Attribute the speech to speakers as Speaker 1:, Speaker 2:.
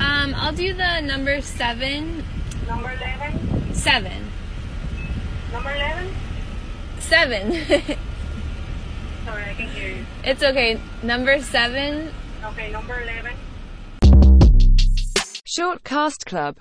Speaker 1: Um, I'll do the number seven.
Speaker 2: Number 11?
Speaker 1: Seven.
Speaker 2: Number 11?
Speaker 1: Seven.
Speaker 2: Sorry, I can hear you.
Speaker 1: it's okay. Number seven.
Speaker 2: Okay, number 11.
Speaker 3: Short Cast Club